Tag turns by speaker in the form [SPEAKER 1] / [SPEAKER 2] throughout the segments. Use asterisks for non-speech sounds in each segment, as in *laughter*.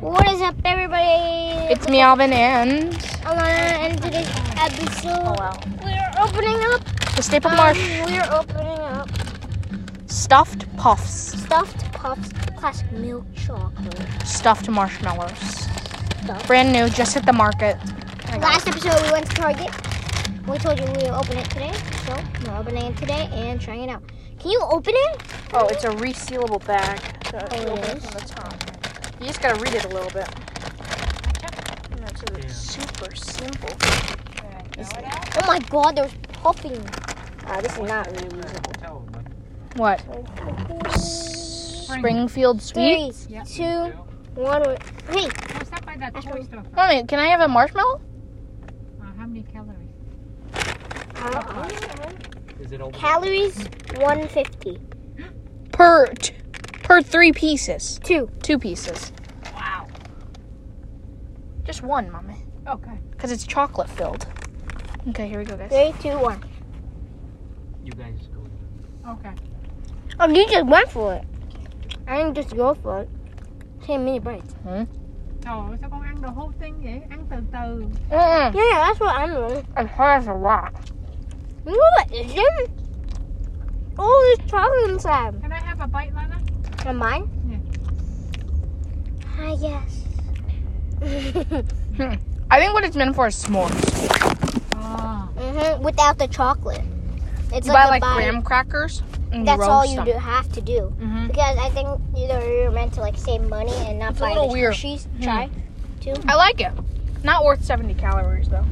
[SPEAKER 1] What is up, everybody?
[SPEAKER 2] It's me, Alvin, and
[SPEAKER 1] Alana, and today's
[SPEAKER 2] Oh,
[SPEAKER 1] episode we're opening up.
[SPEAKER 2] the Staple
[SPEAKER 1] um,
[SPEAKER 2] Marsh
[SPEAKER 1] We're opening up
[SPEAKER 2] stuffed puffs,
[SPEAKER 1] stuffed puffs, classic milk chocolate.
[SPEAKER 2] stuffed marshmallows. Brand new, just hit the market. Oh,
[SPEAKER 1] Last episode we went to Target. We told you we would open it today, so we're opening it today and trying it out. Can you open it?
[SPEAKER 2] Oh, it's a resealable bag. So if you
[SPEAKER 1] Oh, it
[SPEAKER 2] open it
[SPEAKER 1] is?
[SPEAKER 2] from the top. You just gotta read it a little bit. And It's a super simple.
[SPEAKER 1] Oh my God, there's puffing.
[SPEAKER 2] Ah, this is not really What? Springfield sweet?
[SPEAKER 1] Three, two, one. we're- Hey,
[SPEAKER 3] Oh, stop by that toy store.
[SPEAKER 2] Mommy, can I have a marshmallow?
[SPEAKER 3] Uh, how many calories?
[SPEAKER 4] Is it open?
[SPEAKER 1] calories 150.
[SPEAKER 2] Per t- per three pieces.
[SPEAKER 1] Two.
[SPEAKER 2] Two pieces.
[SPEAKER 3] Wow.
[SPEAKER 2] Just one, Mommy.
[SPEAKER 3] Okay.
[SPEAKER 2] Because it's chocolate filled. Okay, here we go, guys.
[SPEAKER 1] Three, two, one.
[SPEAKER 4] You guys go.
[SPEAKER 3] Okay.
[SPEAKER 1] Oh, you just went for it. I didn't just go for it. Ten mini bites.
[SPEAKER 3] Trời ơi, sao con ăn the whole thing eh? vậy? Ăn từ từ.
[SPEAKER 2] Mm-mm.
[SPEAKER 1] Yeah, that's what I'm doing.
[SPEAKER 2] It has a lot.
[SPEAKER 1] You know what isn't? All this chocolate inside.
[SPEAKER 3] Can I have a bite, Lana?
[SPEAKER 1] And mine? I *laughs* guess.
[SPEAKER 2] I think what it's meant for is s'mores.
[SPEAKER 3] Oh.
[SPEAKER 1] hmm Without the chocolate. It's
[SPEAKER 2] You buy
[SPEAKER 1] a
[SPEAKER 2] like
[SPEAKER 1] bite.
[SPEAKER 2] graham crackers. And
[SPEAKER 1] That's all you
[SPEAKER 2] roast
[SPEAKER 1] do
[SPEAKER 2] them.
[SPEAKER 1] have to do.
[SPEAKER 2] Mhm.
[SPEAKER 3] Mm-hmm.
[SPEAKER 1] Because I think either you're meant to like save money and not
[SPEAKER 2] It's a
[SPEAKER 1] buy
[SPEAKER 2] little
[SPEAKER 1] the
[SPEAKER 2] weird.
[SPEAKER 1] cheese. Try.
[SPEAKER 2] I like it. Not worth 70 calories though.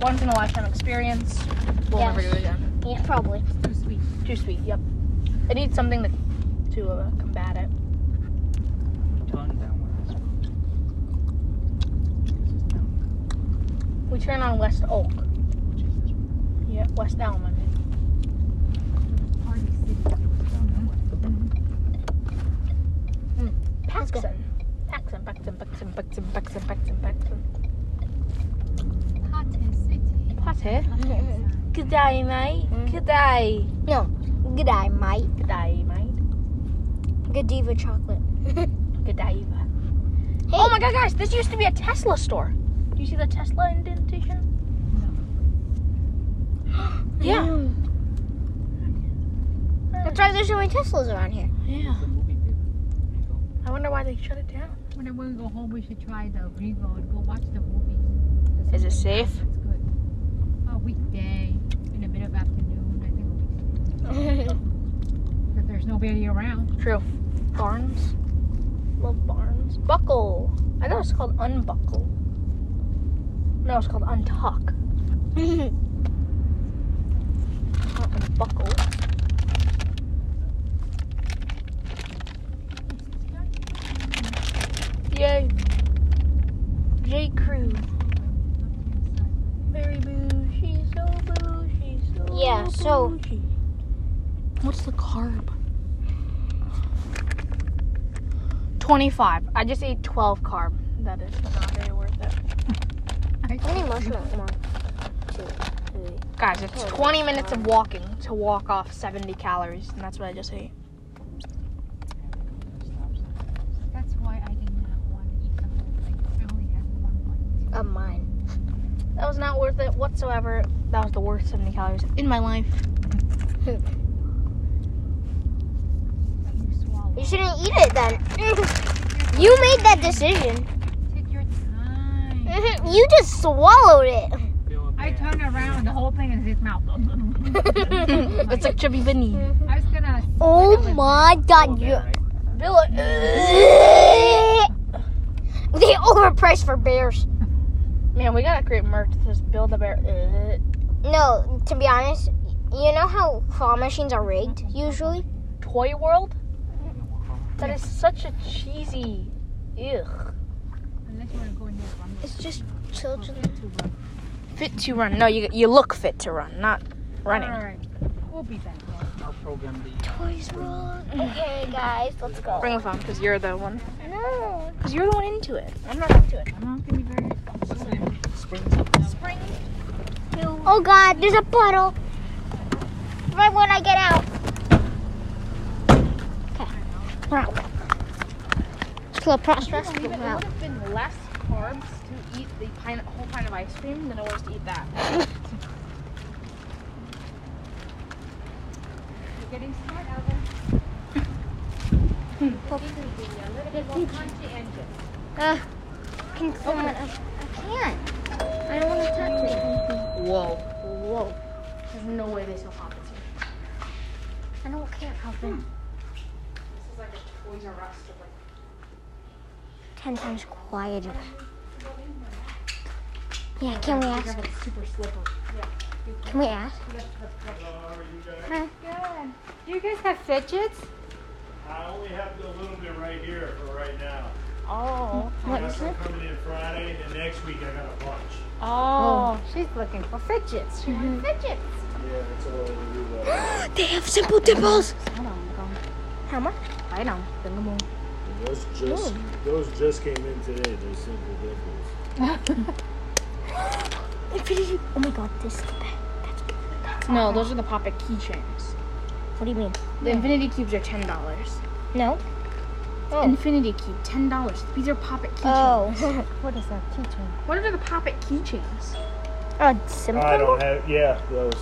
[SPEAKER 2] Once in a lifetime experience. We'll
[SPEAKER 1] Yes.
[SPEAKER 2] never do it again.
[SPEAKER 1] Yeah, probably. *laughs*
[SPEAKER 3] It's too sweet.
[SPEAKER 2] Too sweet. Yep. I need something to to uh, combat it.
[SPEAKER 4] Turn down one. This
[SPEAKER 2] We turn on West Oak.
[SPEAKER 4] one, just this one.
[SPEAKER 2] Yeah, West Elm. I mean.
[SPEAKER 3] Party city.
[SPEAKER 1] Let's go.
[SPEAKER 2] Hmm. Paxson. Paxson. Paxson. Paxson. Paxson. Paxson. Paxson. Paxson.
[SPEAKER 3] Party city.
[SPEAKER 2] Potty.
[SPEAKER 3] Party
[SPEAKER 2] Good day, mate.
[SPEAKER 1] Mm.
[SPEAKER 2] Good day.
[SPEAKER 1] Good day, mate.
[SPEAKER 2] Good day, mate.
[SPEAKER 1] Godiva chocolate.
[SPEAKER 2] Good
[SPEAKER 1] Hey,
[SPEAKER 2] day. Oh my god, guys, this used to be a Tesla store. Do you see the Tesla indentation? Yeah.
[SPEAKER 1] Hmm. That's why there's so many Teslas around here.
[SPEAKER 2] Yeah.
[SPEAKER 4] The movie theater.
[SPEAKER 2] I wonder why they shut it down.
[SPEAKER 3] When we go home, we should try the Revo and go watch the movie.
[SPEAKER 2] Is it safe?
[SPEAKER 3] It's good. A weekday in the middle of afternoon. I think it'll be safe. But there's nobody around.
[SPEAKER 2] True. Barnes. Love Barnes. Buckle. I thought it's called unbuckle. No, it's called untuck. Not unbuckle. Yay. J. Crew. Very boo. She's so boo. She's so
[SPEAKER 1] *laughs* Yeah, so-
[SPEAKER 2] bougie. What's the carb? 25. I just ate 12 carb. That is not very worth it.
[SPEAKER 1] I need marshmallow. Come on. Two, three.
[SPEAKER 2] Guys, it's
[SPEAKER 1] Holy
[SPEAKER 2] 20 minutes of walking to walk off 70 calories, and that's what I just ate.
[SPEAKER 3] That's why I did not want to eat the whole thing. I only had one bite.
[SPEAKER 1] Of mine.
[SPEAKER 2] That was not worth it whatsoever. That was the worst 70 calories in my life.
[SPEAKER 3] You swallow.
[SPEAKER 1] You shouldn't eat it *laughs* then. you made that decision. *laughs*
[SPEAKER 3] Take your time.
[SPEAKER 1] you just swallowed *laughs* it.
[SPEAKER 4] Feel
[SPEAKER 3] I
[SPEAKER 4] bad.
[SPEAKER 3] turned around, the whole thing is his mouth.
[SPEAKER 2] it's like Mm-hmm. Chubby Vinny.
[SPEAKER 3] I was gonna.
[SPEAKER 1] oh my
[SPEAKER 4] Feel
[SPEAKER 1] god.
[SPEAKER 4] bad,
[SPEAKER 1] You...
[SPEAKER 4] right?
[SPEAKER 1] *laughs*
[SPEAKER 2] Bill, uh,
[SPEAKER 1] they overpriced for bears.
[SPEAKER 2] man, we gotta create merch that says Build a Bear. Uh,
[SPEAKER 1] No, to be honest, you know how claw machines are rigged usually?
[SPEAKER 2] Toy World?
[SPEAKER 4] You know, we're all-
[SPEAKER 2] That is such a cheesy. Ugh.
[SPEAKER 3] Unless you wanna go in there, I'm
[SPEAKER 1] It's just children.
[SPEAKER 3] not too rough.
[SPEAKER 2] Fit to run. No, you you look fit to run, not running.
[SPEAKER 3] Alright, we'll be back.
[SPEAKER 4] I'll program the.
[SPEAKER 1] Toys roll. Okay, guys, let's go.
[SPEAKER 2] Bring the phone, because you're the one.
[SPEAKER 1] No.
[SPEAKER 2] Because you're the one into it. I'm not into it.
[SPEAKER 3] My mom can be very responsible.
[SPEAKER 2] Spring.
[SPEAKER 1] Oh god, there's a puddle. Right when I get out.
[SPEAKER 2] Brown.
[SPEAKER 1] to a
[SPEAKER 2] It's
[SPEAKER 1] processed
[SPEAKER 2] stressful. It would
[SPEAKER 1] route.
[SPEAKER 2] have been less carbs to eat the pine- whole pint of ice cream than it was to
[SPEAKER 1] *laughs*
[SPEAKER 2] eat that.
[SPEAKER 3] You're getting smart, Alvin.
[SPEAKER 1] Hmm.
[SPEAKER 3] You're getting a little bit more crunchy and good.
[SPEAKER 1] Uh, can someone? I can't. I don't want to touch it.
[SPEAKER 2] Whoa. Whoa. There's no way they sell hoppets here.
[SPEAKER 1] I don't care, Calvin.
[SPEAKER 2] This is like a Toys R Us of like
[SPEAKER 1] Ten times quieter. Yeah, can we ask?
[SPEAKER 3] It's super slippery.
[SPEAKER 1] Can we ask? Huh?
[SPEAKER 3] Good. Do you guys have fidgets?
[SPEAKER 5] I only have a little bit right here for right now.
[SPEAKER 3] Oh.
[SPEAKER 1] What?
[SPEAKER 5] Unless I'm coming in Friday, and next week I got a bunch.
[SPEAKER 3] Oh. She's looking for fidgets. She wants fidgets.
[SPEAKER 5] Yeah, that's all we
[SPEAKER 1] *gasps*
[SPEAKER 5] do.
[SPEAKER 1] they have simple dimples.
[SPEAKER 3] I don't know.
[SPEAKER 1] How much?
[SPEAKER 3] I don't. The moon.
[SPEAKER 5] Those just, those just came in today. They're simple dimples.
[SPEAKER 1] If it is- Oh my god, this is bad.
[SPEAKER 2] No, those are the Poppet keychains.
[SPEAKER 1] What do you mean?
[SPEAKER 2] The Infinity Cubes are ten dollars.
[SPEAKER 1] No. Oh.
[SPEAKER 2] Infinity Cube, ten dollars. These are Poppet keychains.
[SPEAKER 1] *laughs* Oh.
[SPEAKER 3] What is that? Keychain.
[SPEAKER 2] What are the Poppet keychains?
[SPEAKER 1] oh, it's simple.
[SPEAKER 5] I don't have. Yeah, those.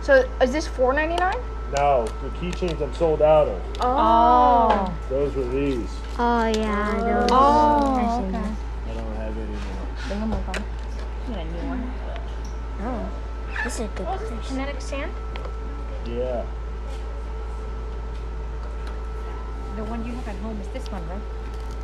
[SPEAKER 2] So is this four ninety nine?
[SPEAKER 5] No, the keychains I'm sold out of.
[SPEAKER 3] Oh.
[SPEAKER 5] Those were these.
[SPEAKER 1] Oh yeah, I know.
[SPEAKER 3] Oh. Okay.
[SPEAKER 5] I don't have any more.
[SPEAKER 1] Oh, this is a good
[SPEAKER 2] What is
[SPEAKER 1] place.
[SPEAKER 2] it? Kinetic sand?
[SPEAKER 5] Yeah.
[SPEAKER 3] The one you have at home is this one, right?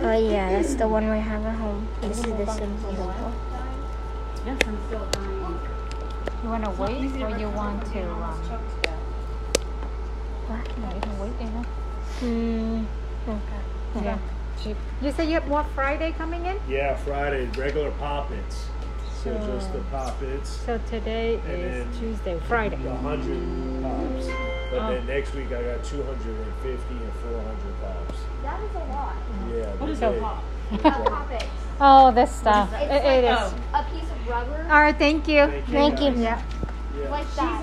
[SPEAKER 1] Oh yeah, that's the one we have at home. This is the simple dimple.
[SPEAKER 3] Yes, I'm still dying. You want to wait or you want to? Um, you can wait, you
[SPEAKER 1] Hmm.
[SPEAKER 3] know? Yeah. You said you have more Friday coming in?
[SPEAKER 5] Yeah, Friday, regular poppets. So just the poppets.
[SPEAKER 3] So today
[SPEAKER 5] And
[SPEAKER 3] is
[SPEAKER 5] then-
[SPEAKER 3] Tuesday, Friday. Oh.
[SPEAKER 5] The hundred pops. But then next week I got 250 and 400 pops.
[SPEAKER 6] That is a lot.
[SPEAKER 5] Yeah. What
[SPEAKER 3] is a pop?
[SPEAKER 6] A poppet.
[SPEAKER 3] Oh, this stuff.
[SPEAKER 6] It's
[SPEAKER 3] It-
[SPEAKER 6] like
[SPEAKER 3] it is.
[SPEAKER 6] a piece of rubber,
[SPEAKER 3] All right, thank you.
[SPEAKER 1] Thank you.
[SPEAKER 5] guys. Yeah.
[SPEAKER 6] like that.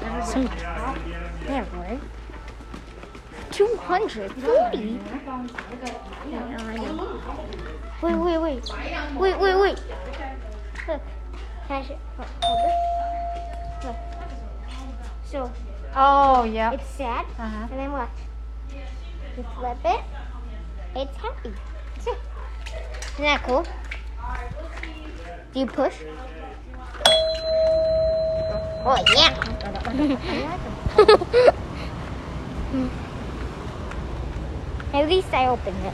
[SPEAKER 5] Yeah, I can get 'em, yeah.
[SPEAKER 1] Yeah, right. Two hundred forty. 哎 Wait, wait, wait, wait, wait, wait. Look, can I sh- hold this? Look. 嗯 So
[SPEAKER 3] Oh, yeah.
[SPEAKER 1] it's sad,
[SPEAKER 3] Uh-huh.
[SPEAKER 1] and then what? You flip it. It's happy. Isn't that cool? Do you push? Oh yeah. *laughs* At least I opened it.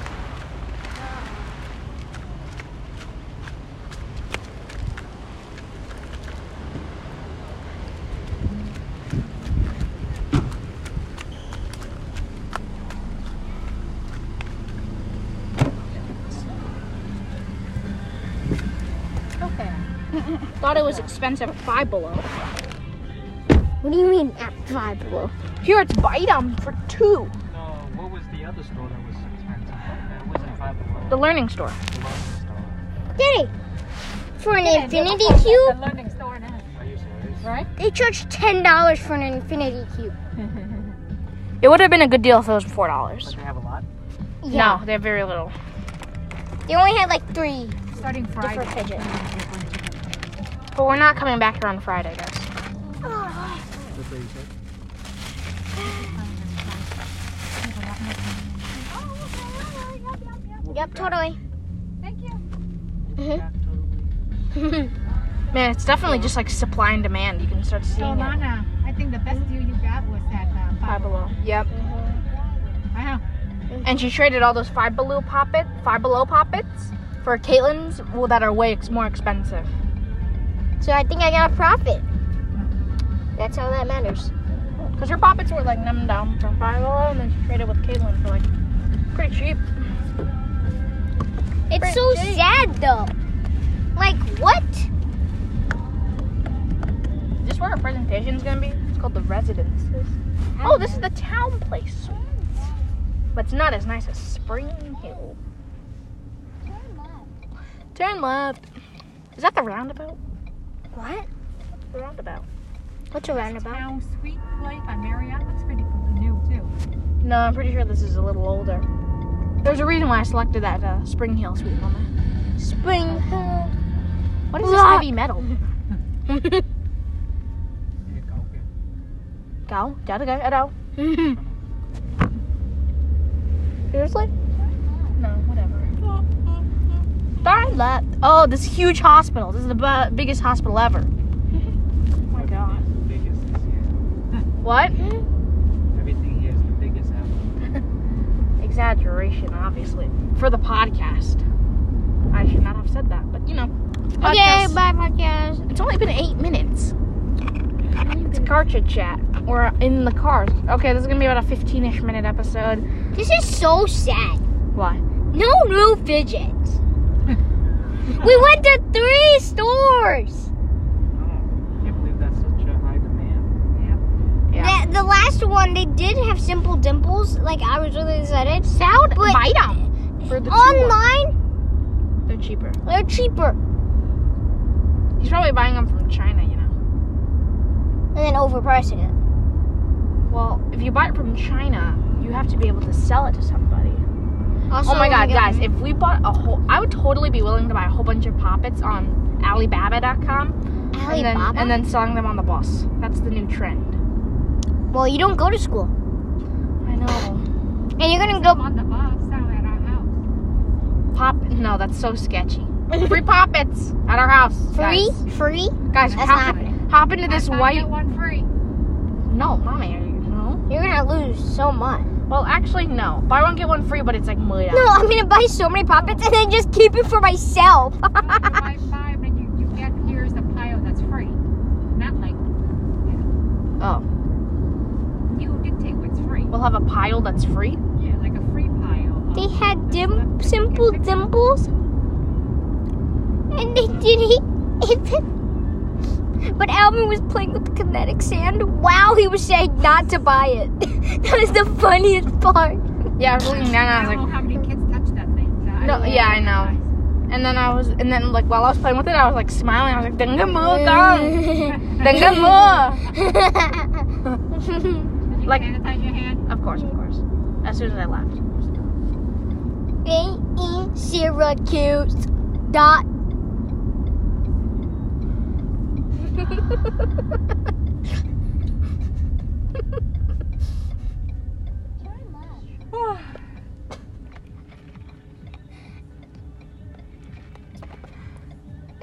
[SPEAKER 2] Okay. Thought it was expensive at Five Below.
[SPEAKER 1] What do you mean at five below?
[SPEAKER 2] Here it's bite 'em for two.
[SPEAKER 4] No, what was the other store that was expensive? That wasn't Five Below.
[SPEAKER 2] The Learning Store.
[SPEAKER 4] The Lowe's store.
[SPEAKER 1] Daddy, for an infinity
[SPEAKER 3] The
[SPEAKER 1] cube,
[SPEAKER 3] learning store now.
[SPEAKER 4] Are you serious?
[SPEAKER 1] they charge ten dollars for an infinity cube.
[SPEAKER 2] It would have been a good deal if it was four dollars.
[SPEAKER 4] Like they have a lot?
[SPEAKER 2] No, they have very little.
[SPEAKER 1] They only had like three
[SPEAKER 3] Starting Friday.
[SPEAKER 1] different fidgets.
[SPEAKER 2] But we're not coming back here on Friday, guys.
[SPEAKER 4] That's what you said?
[SPEAKER 1] Yep, totally.
[SPEAKER 3] Thank you.
[SPEAKER 1] *laughs*
[SPEAKER 2] Mm-hmm. Man, it's definitely just like supply and demand. You can start
[SPEAKER 3] So,
[SPEAKER 2] seeing it.
[SPEAKER 3] Lana, I think the best deal you got was at uh,
[SPEAKER 2] Five
[SPEAKER 3] Five
[SPEAKER 2] Below. Yep.
[SPEAKER 3] Wow.
[SPEAKER 2] And she traded all those Five Below poppet, Five Below poppets, for Caitlin's well, that are way ex- more expensive.
[SPEAKER 1] So I think I got a profit. That's all that matters.
[SPEAKER 2] Cause her poppets were like num down for Five Below, and then she traded with Caitlin for like pretty cheap.
[SPEAKER 1] It's so sad though. Like what?
[SPEAKER 2] Is this where our presentation's gonna be? It's called the Residences. Oh, this is the town place. But it's not as nice as Spring Hill. Turn left. Is that the roundabout?
[SPEAKER 1] What?
[SPEAKER 2] The roundabout.
[SPEAKER 1] What's a roundabout?
[SPEAKER 3] Town Suite Place by Marriott. Looks pretty new, too.
[SPEAKER 2] No, I'm pretty sure this is a little older. There's a reason why I selected that uh, Spring Hill Sweet Mama.
[SPEAKER 1] Spring Hill.
[SPEAKER 2] What is this
[SPEAKER 1] Blah.
[SPEAKER 2] heavy metal?
[SPEAKER 4] Here you go.
[SPEAKER 2] Go, da da da da. Seriously? No, whatever. Darn that. Oh, this huge hospital. This is the bu- biggest hospital ever. *laughs* Oh my god.
[SPEAKER 4] It's the biggest this year.
[SPEAKER 2] What?
[SPEAKER 1] Hmm?
[SPEAKER 4] Everything here is the biggest ever.
[SPEAKER 2] Exaggeration, obviously. For the podcast. I should not have said that, but you know.
[SPEAKER 1] Okay,
[SPEAKER 2] podcast-
[SPEAKER 1] bye podcast.
[SPEAKER 2] It's only been eight minutes. It's a cartridge chat. We're in the car. Okay, this is gonna be about a 15 ish minute episode.
[SPEAKER 1] This is so sad.
[SPEAKER 2] Why?
[SPEAKER 1] No new fidgets. we went to three stores.
[SPEAKER 4] Oh, I can't believe that's such a high demand.
[SPEAKER 2] Yeah.
[SPEAKER 1] The, the last one they did have simple dimples. Like I was really excited.
[SPEAKER 2] Sound
[SPEAKER 1] But-
[SPEAKER 2] bite 'em For the two ones.
[SPEAKER 1] Online,
[SPEAKER 2] They're cheaper.
[SPEAKER 1] they're cheaper.
[SPEAKER 2] He's probably buying them from China, you know.
[SPEAKER 1] And then overpricing it.
[SPEAKER 2] Well, if you buy it from China, you have to be able to sell it to somebody.
[SPEAKER 1] Also,
[SPEAKER 2] oh my god,
[SPEAKER 1] we got-
[SPEAKER 2] guys, if we bought a whole. I would totally be willing to buy a whole bunch of poppets on Alibaba.com and then,
[SPEAKER 1] Alibaba?
[SPEAKER 2] and then selling them on the bus. That's the new trend.
[SPEAKER 1] well, you don't go to school,
[SPEAKER 2] I know.
[SPEAKER 1] and you're gonna go.
[SPEAKER 3] On the bus, down at our house.
[SPEAKER 2] Pop? No, that's so *laughs* sketchy. Free poppets at our house.
[SPEAKER 1] Free,
[SPEAKER 2] guys.
[SPEAKER 1] free. That's
[SPEAKER 2] Guys, hop,
[SPEAKER 1] not happening.
[SPEAKER 2] hop into this
[SPEAKER 3] I
[SPEAKER 2] white.
[SPEAKER 3] Get
[SPEAKER 2] *laughs*
[SPEAKER 3] one free.
[SPEAKER 2] No, mommy. are you- No.
[SPEAKER 1] You're gonna lose so much.
[SPEAKER 2] Well, actually, no. Buy one get one free, but it's like mud.
[SPEAKER 1] No, I'm gonna buy so many poppets and then just keep it for myself.
[SPEAKER 3] No, you buy five, and you, you get here's the pile that's free. Not like
[SPEAKER 2] Oh,
[SPEAKER 3] you dictate what's free.
[SPEAKER 2] we'll have a pile that's free.
[SPEAKER 3] Yeah, like a free pile. of
[SPEAKER 1] They had
[SPEAKER 3] the
[SPEAKER 1] dim
[SPEAKER 3] stuff that
[SPEAKER 1] simple
[SPEAKER 3] you can pick up.
[SPEAKER 1] dimples, and they didn't even. *laughs* But Alvin was playing with the kinetic sand while he was saying not to buy it. *laughs* that was the funniest part.
[SPEAKER 2] Yeah, I was *laughs* looking down. And
[SPEAKER 3] I
[SPEAKER 2] I
[SPEAKER 3] don't
[SPEAKER 2] was
[SPEAKER 3] know how many kids touch that thing. so
[SPEAKER 2] No,
[SPEAKER 3] don't
[SPEAKER 2] yeah, I know.
[SPEAKER 3] guys.
[SPEAKER 2] like, and then I was, and then like while I was playing with it, I was like smiling. I was like, denga *laughs* mo dang,
[SPEAKER 1] *laughs*
[SPEAKER 2] denga *laughs* mo.
[SPEAKER 3] Did you
[SPEAKER 2] Like-
[SPEAKER 3] sanitize your hand?
[SPEAKER 2] Of course, of course. As soon as I left.
[SPEAKER 1] They in Syracuse. Dot.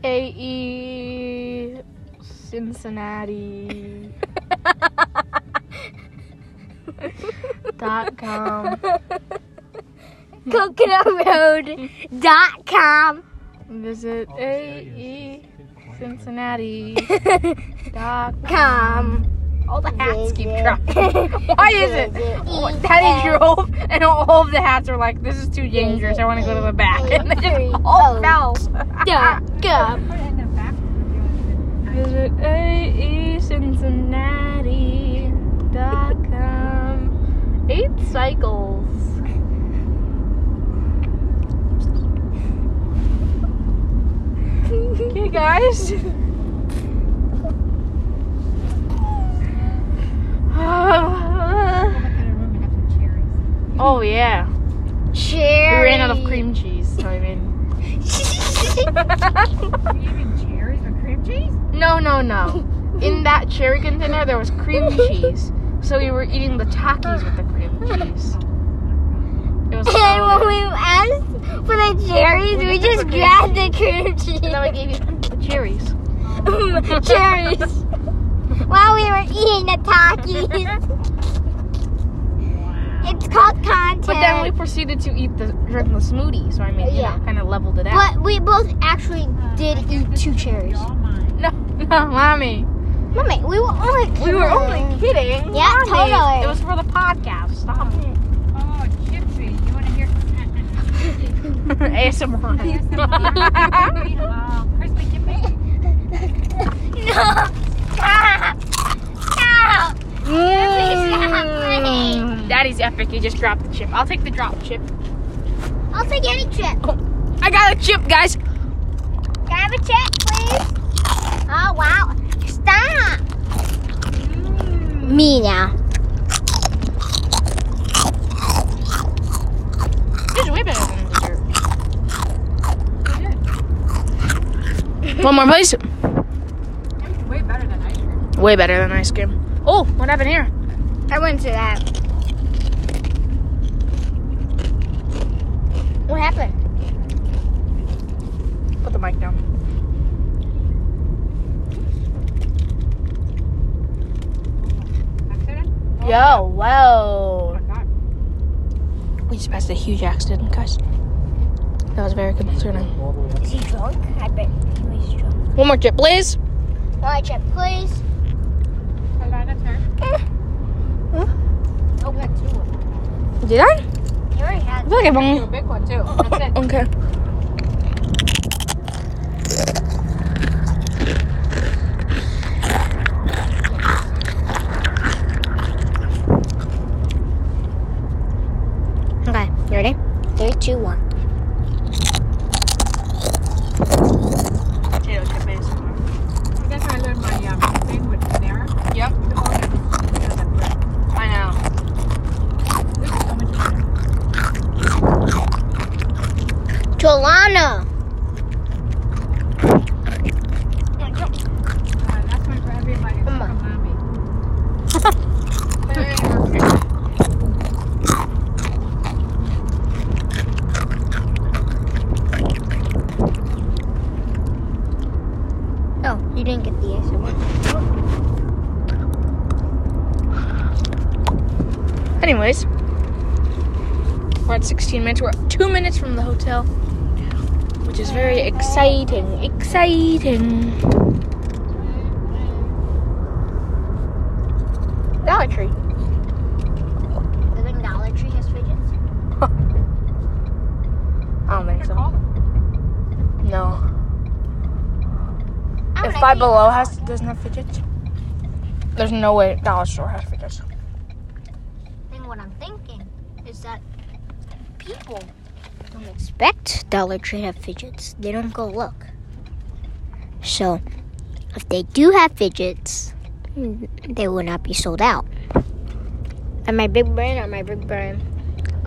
[SPEAKER 2] AE E Cincinnati dot com
[SPEAKER 1] Coconut Road. dot com.
[SPEAKER 2] visit
[SPEAKER 4] All this
[SPEAKER 2] AE
[SPEAKER 4] area is just been quiet.
[SPEAKER 2] Cincinnati dot
[SPEAKER 1] com.
[SPEAKER 2] all the hats keep
[SPEAKER 1] Visit.
[SPEAKER 2] dropping. *laughs* Why is it? Oh,
[SPEAKER 1] Visit
[SPEAKER 2] Daddy
[SPEAKER 1] EL.
[SPEAKER 2] drove and all of the hats are like, this is too dangerous, I wanna go to the back.
[SPEAKER 1] E
[SPEAKER 2] *laughs* And they just all fell.
[SPEAKER 1] Oh,
[SPEAKER 2] *laughs*
[SPEAKER 1] Dot com.
[SPEAKER 3] Put it in the back.
[SPEAKER 2] Visit aecincinnati.com. Eight cycles. Okay, *laughs* guys.
[SPEAKER 3] Go back in the room and have some cherries.
[SPEAKER 2] oh, yeah. We
[SPEAKER 1] Cherry.
[SPEAKER 2] ran out of cream cheese, so I mean.
[SPEAKER 3] Are you eating cherries with cream cheese?
[SPEAKER 2] no, no, no. *laughs* In that cherry container, there was *laughs* cream cheese. So we were eating the Takis with the cream cheese. It *laughs* was
[SPEAKER 1] and
[SPEAKER 2] so
[SPEAKER 1] when
[SPEAKER 2] good.
[SPEAKER 1] we asked for the cherries, we just grabbed the cream cheese.
[SPEAKER 2] And then I gave you the cherries.
[SPEAKER 1] *laughs* cherries. While we were eating the Takis. it's called content.
[SPEAKER 2] But then we proceeded to eat the drink the smoothie, so I mean, you
[SPEAKER 1] Yeah.
[SPEAKER 2] know, kind of leveled it out.
[SPEAKER 1] But we both actually did eat two cherries.
[SPEAKER 3] Y'all mine.
[SPEAKER 2] No, no, *laughs* mommy,
[SPEAKER 1] Mommy, we were only
[SPEAKER 2] we were only kidding.
[SPEAKER 1] Yeah,
[SPEAKER 2] Mommy,
[SPEAKER 1] totally.
[SPEAKER 2] It was for the podcast. Stop *laughs* it.
[SPEAKER 3] Oh, Gypsy, you want to
[SPEAKER 1] *laughs*
[SPEAKER 3] hear? *laughs*
[SPEAKER 2] ASMR.
[SPEAKER 3] Uh, Crispy *laughs* Gypsy?
[SPEAKER 1] *laughs* No! Stop! Stop!
[SPEAKER 2] Mm. Daddy's epic. He just dropped the chip. I'll take the drop chip.
[SPEAKER 1] *laughs* I'll take any chip.
[SPEAKER 2] I got a chip, guys.
[SPEAKER 1] Grab a chip, please. Oh, wow. Mm. Stop! Me now.
[SPEAKER 2] One more, please.
[SPEAKER 3] It's way better than ice cream.
[SPEAKER 2] Way better than ice cream. Oh, what happened here?
[SPEAKER 1] I went to that. What happened?
[SPEAKER 2] Put the mic down.
[SPEAKER 3] Accident?
[SPEAKER 2] Yo, wow.
[SPEAKER 3] Oh my god.
[SPEAKER 2] We just passed a huge accident, guys. That was very concerning.
[SPEAKER 1] Is he drunk? I bet he was drunk.
[SPEAKER 2] One more chip, please.
[SPEAKER 1] Alright, check, please.
[SPEAKER 3] Alana turn. Oh, we had two of them.
[SPEAKER 2] Did I?
[SPEAKER 1] You already had
[SPEAKER 2] I feel like I've
[SPEAKER 3] You have a big one too. That's it.
[SPEAKER 2] only. Okay.
[SPEAKER 1] Okay, you ready? Three, two, one.
[SPEAKER 2] Potato chip is.
[SPEAKER 3] That's how I learned my um, thing with Panera.
[SPEAKER 2] Yep.
[SPEAKER 3] The only thing that's on bread.
[SPEAKER 2] I know.
[SPEAKER 3] This is so much better.
[SPEAKER 1] Tolana.
[SPEAKER 3] Uh, that's my for everybody. Come
[SPEAKER 1] on.
[SPEAKER 3] *laughs* on.
[SPEAKER 1] Oh, you didn't get the answer.
[SPEAKER 2] Anyways, we're at 16 minutes. We're two minutes from the hotel, which is very exciting. Exciting. Dollar Tree.
[SPEAKER 1] The big Dollar Tree has fidgets.
[SPEAKER 2] I don't think so.
[SPEAKER 3] Oh,
[SPEAKER 2] No.
[SPEAKER 1] I
[SPEAKER 2] If
[SPEAKER 1] wanna
[SPEAKER 2] Five
[SPEAKER 1] eat.
[SPEAKER 2] Below has doesn't have fidgets, there's no way Dollar Store has fidgets.
[SPEAKER 1] And what I'm thinking is that people don't expect Dollar Tree to have fidgets. They don't go look. So, if they do have fidgets, they will not be sold out. Am I big brain or am I big brain?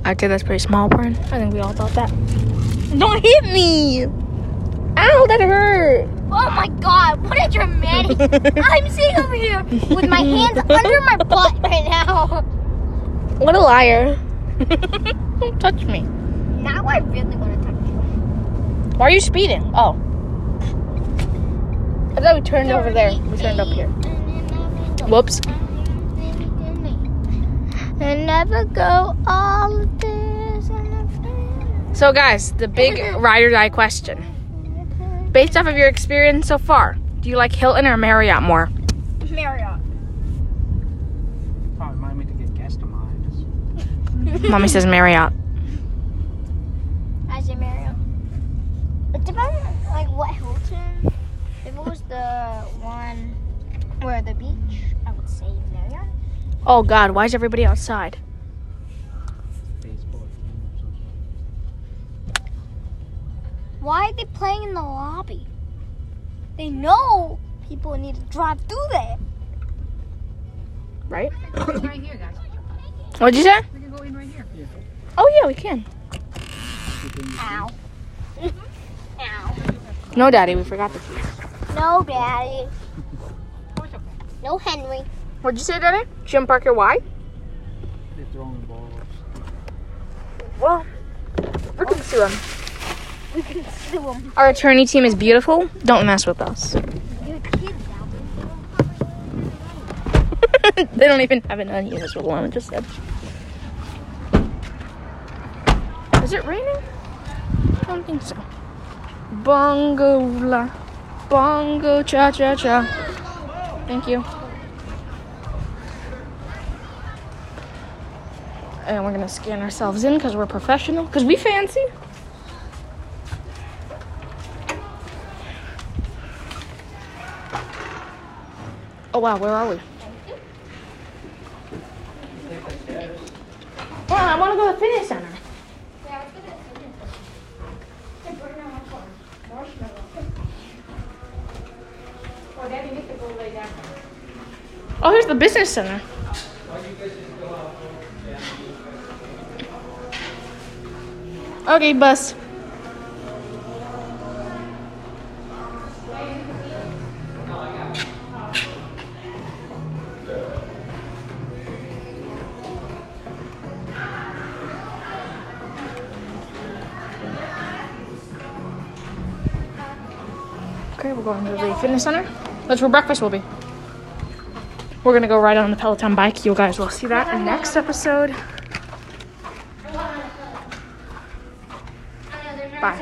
[SPEAKER 2] I think that's pretty small, Brian. I think we all thought that.
[SPEAKER 1] Don't hit me!
[SPEAKER 2] Ow, that hurt.
[SPEAKER 1] Oh my god, what a
[SPEAKER 2] *laughs*
[SPEAKER 1] dramatic. I'm sitting over here with my hands under my butt right now.
[SPEAKER 2] What a liar. *laughs* Don't touch me.
[SPEAKER 1] Now I really want to touch you.
[SPEAKER 2] Why are you speeding? Oh. I thought we turned over there. We turned up here. Whoops.
[SPEAKER 1] And never go all of this.
[SPEAKER 2] So, guys, the big ride or die question. Based off of your experience so far, do you like Hilton or Marriott more?
[SPEAKER 1] Marriott.
[SPEAKER 4] Probably remind me to get Gastamines.
[SPEAKER 2] Mommy says Marriott.
[SPEAKER 1] I say Marriott. It depends, like, what Hilton. If it was the one where the beach, I would say Marriott.
[SPEAKER 2] Oh, God, why is everybody outside?
[SPEAKER 4] Baseball. team or something.
[SPEAKER 1] Why are they playing in the lobby? They know people need to drive through there.
[SPEAKER 2] Right?
[SPEAKER 3] it's right here, guys.
[SPEAKER 2] What'd you say?
[SPEAKER 3] We can go in right here.
[SPEAKER 2] Oh, yeah, we can.
[SPEAKER 1] Ow. *laughs*
[SPEAKER 3] Mm-hmm.
[SPEAKER 1] Ow.
[SPEAKER 2] No, Daddy, we forgot the key.
[SPEAKER 1] No, Daddy.
[SPEAKER 3] Oh, it's okay.
[SPEAKER 1] No, Henry.
[SPEAKER 2] What'd you say, Daddy? Jim Parker, why?
[SPEAKER 4] They're throwing balls.
[SPEAKER 2] Well, we can sue him.
[SPEAKER 1] We can sue him.
[SPEAKER 2] Our attorney team is beautiful. Don't mess with us.
[SPEAKER 1] You're kids, Albert.
[SPEAKER 2] *laughs* they don't even have an onion, is what Lana just said. Is it raining? I don't think so. Bongo la, bongo cha cha cha. Thank you. And we're gonna scan ourselves in because we're professional, because we fancy. Oh wow, where are we? Well, I want to go to the fitness center.
[SPEAKER 3] Oh, Daddy needs to go lay down.
[SPEAKER 2] Oh, here's the business center. Okay, bus.
[SPEAKER 3] Daddy,
[SPEAKER 2] Okay, we're going to the fitness center. That's where breakfast will be. We're gonna go ride on the Peloton bike. You guys will see that in next episode. Bye.